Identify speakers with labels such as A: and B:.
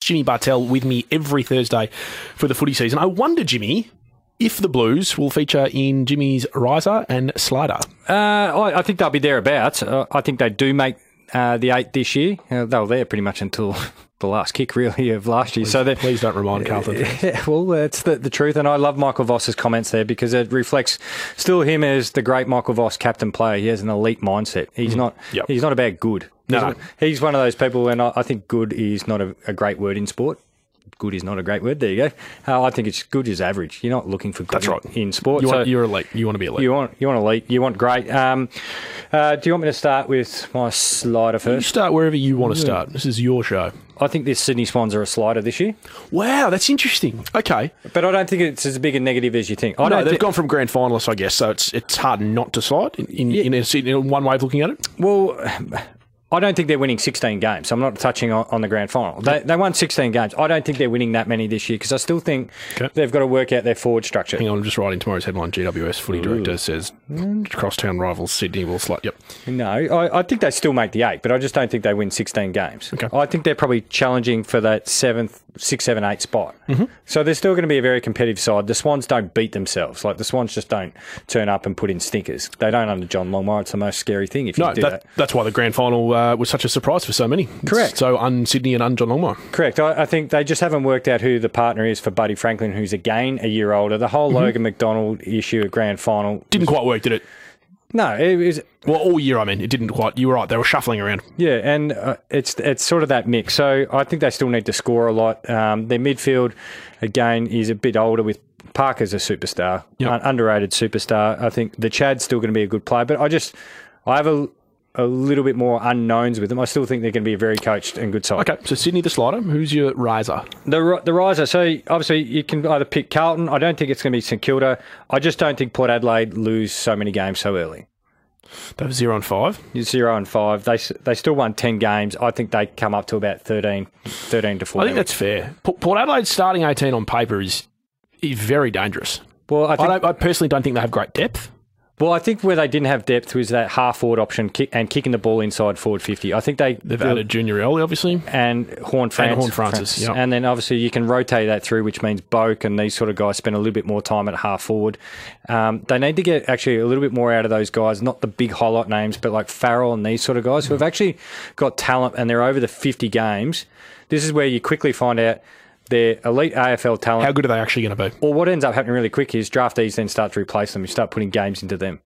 A: Jimmy Bartell with me every Thursday for the footy season. I wonder, Jimmy, if the Blues will feature in Jimmy's riser and slider.
B: Uh, I, I think they'll be thereabouts. Uh, I think they do make uh, the eight this year. Uh, they were there pretty much until the last kick, really, of last year. so that
A: Please don't remind Carlton.
B: yeah, well, that's the, the truth. And I love Michael Voss's comments there because it reflects still him as the great Michael Voss captain player. He has an elite mindset. He's not
A: Mm-hmm. Yep.
B: he's not about good.
A: No.
B: He's, not- he's one of those people, and I, I think good is not a, a great word in sport. Good is not a great word. There you go. Uh, I think it's good is average. You're not looking for good
A: That's right.
B: in, in sport.
A: You want,
B: So-
A: you're elite. You want to be elite.
B: you want you want elite. You want great. Um, uh, do you want me to start with my slider
A: you
B: first?
A: start wherever you want to start. This is your show.
B: I think this Sydney Swans are a slider this year,
A: Wow, that's interesting. Okay.
B: but I don't think it's as big a negative as you think. I
A: I know
B: don't
A: they've
B: thi-
A: gone from grand finalists, I guess, so it's it's hard not to slide in, in, in, a, in one way of looking at it.
B: well. I don't think they're winning 16 games. I'm not touching on, on the grand final. They, they won 16 games. I don't think they're winning that many this year because I still think
A: Okay.
B: they've got to work out their forward structure.
A: Hang on, I'm just writing tomorrow's headline. GWS footy director says crosstown rivals Sydney will slide. Yep.
B: No, I, I think they still make the eight, but I just don't think they win 16 games.
A: Okay.
B: I think they're probably challenging for that seventh, six, seven, eight spot.
A: Mm-hmm.
B: So they're still going to be a very competitive side. The Swans don't beat themselves. Like the Swans just don't turn up and put in stinkers. They don't under John Longmire. It's the most scary thing if you
A: No,
B: do
A: that,
B: that.
A: that's why the grand final uh, was such a surprise for so many. It's
B: Correct.
A: so un Sydney and un John Longmire.
B: Correct. I, I think they just haven't worked out who the partner is for Buddy Franklin, who's again a year older. The whole
A: Mm-hmm.
B: Logan McDonald issue at grand final.
A: Didn't quite work, did it?
B: No, it was
A: Well, all year I mean, it didn't quite. You were right. They were shuffling around.
B: Yeah, and uh, it's it's sort of that mix. So I think they still need to score a lot. Um, their midfield, again, is a bit older. With Parker's a superstar,
A: Yep.
B: un- underrated superstar. I think the Chad's still going to be a good player, but I just I have a a little bit more unknowns with them. I still think they're going to be a very coached and good side.
A: Okay, so Sydney the slider. Who's your riser?
B: The ri- the riser. So obviously you can either pick Carlton. I don't think it's going to be St Kilda. I just don't think Port Adelaide lose so many games so early.
A: They were zero and five.
B: zero and five. They s- they still won ten games. I think they come up to about 13, 13 to
A: I
B: fourteen.
A: think that's fair. P- Port Adelaide's starting eighteen on paper is, is very dangerous.
B: well. I
A: I,
B: think
A: don't, I personally don't think they have great depth.
B: well. I think where they didn't have depth was that half forward option kick, and kicking the ball inside forward fifty. I think they
A: They've added Junior Early, obviously.
B: and Horn France,
A: Horn Francis, yeah.
B: and then obviously you can rotate that through, which means Boak and these sort of guys spend a little bit more time at half forward. Um, they need to get actually a little bit more out of those guys, not the big highlight names, but like Farrell and these sort of guys who have actually got talent and they're over the fifty games. This is where you quickly find out their elite AFL talent.
A: How good are they actually going to be?
B: Well, what ends up happening really quick is draftees then start to replace them. You start putting games into them.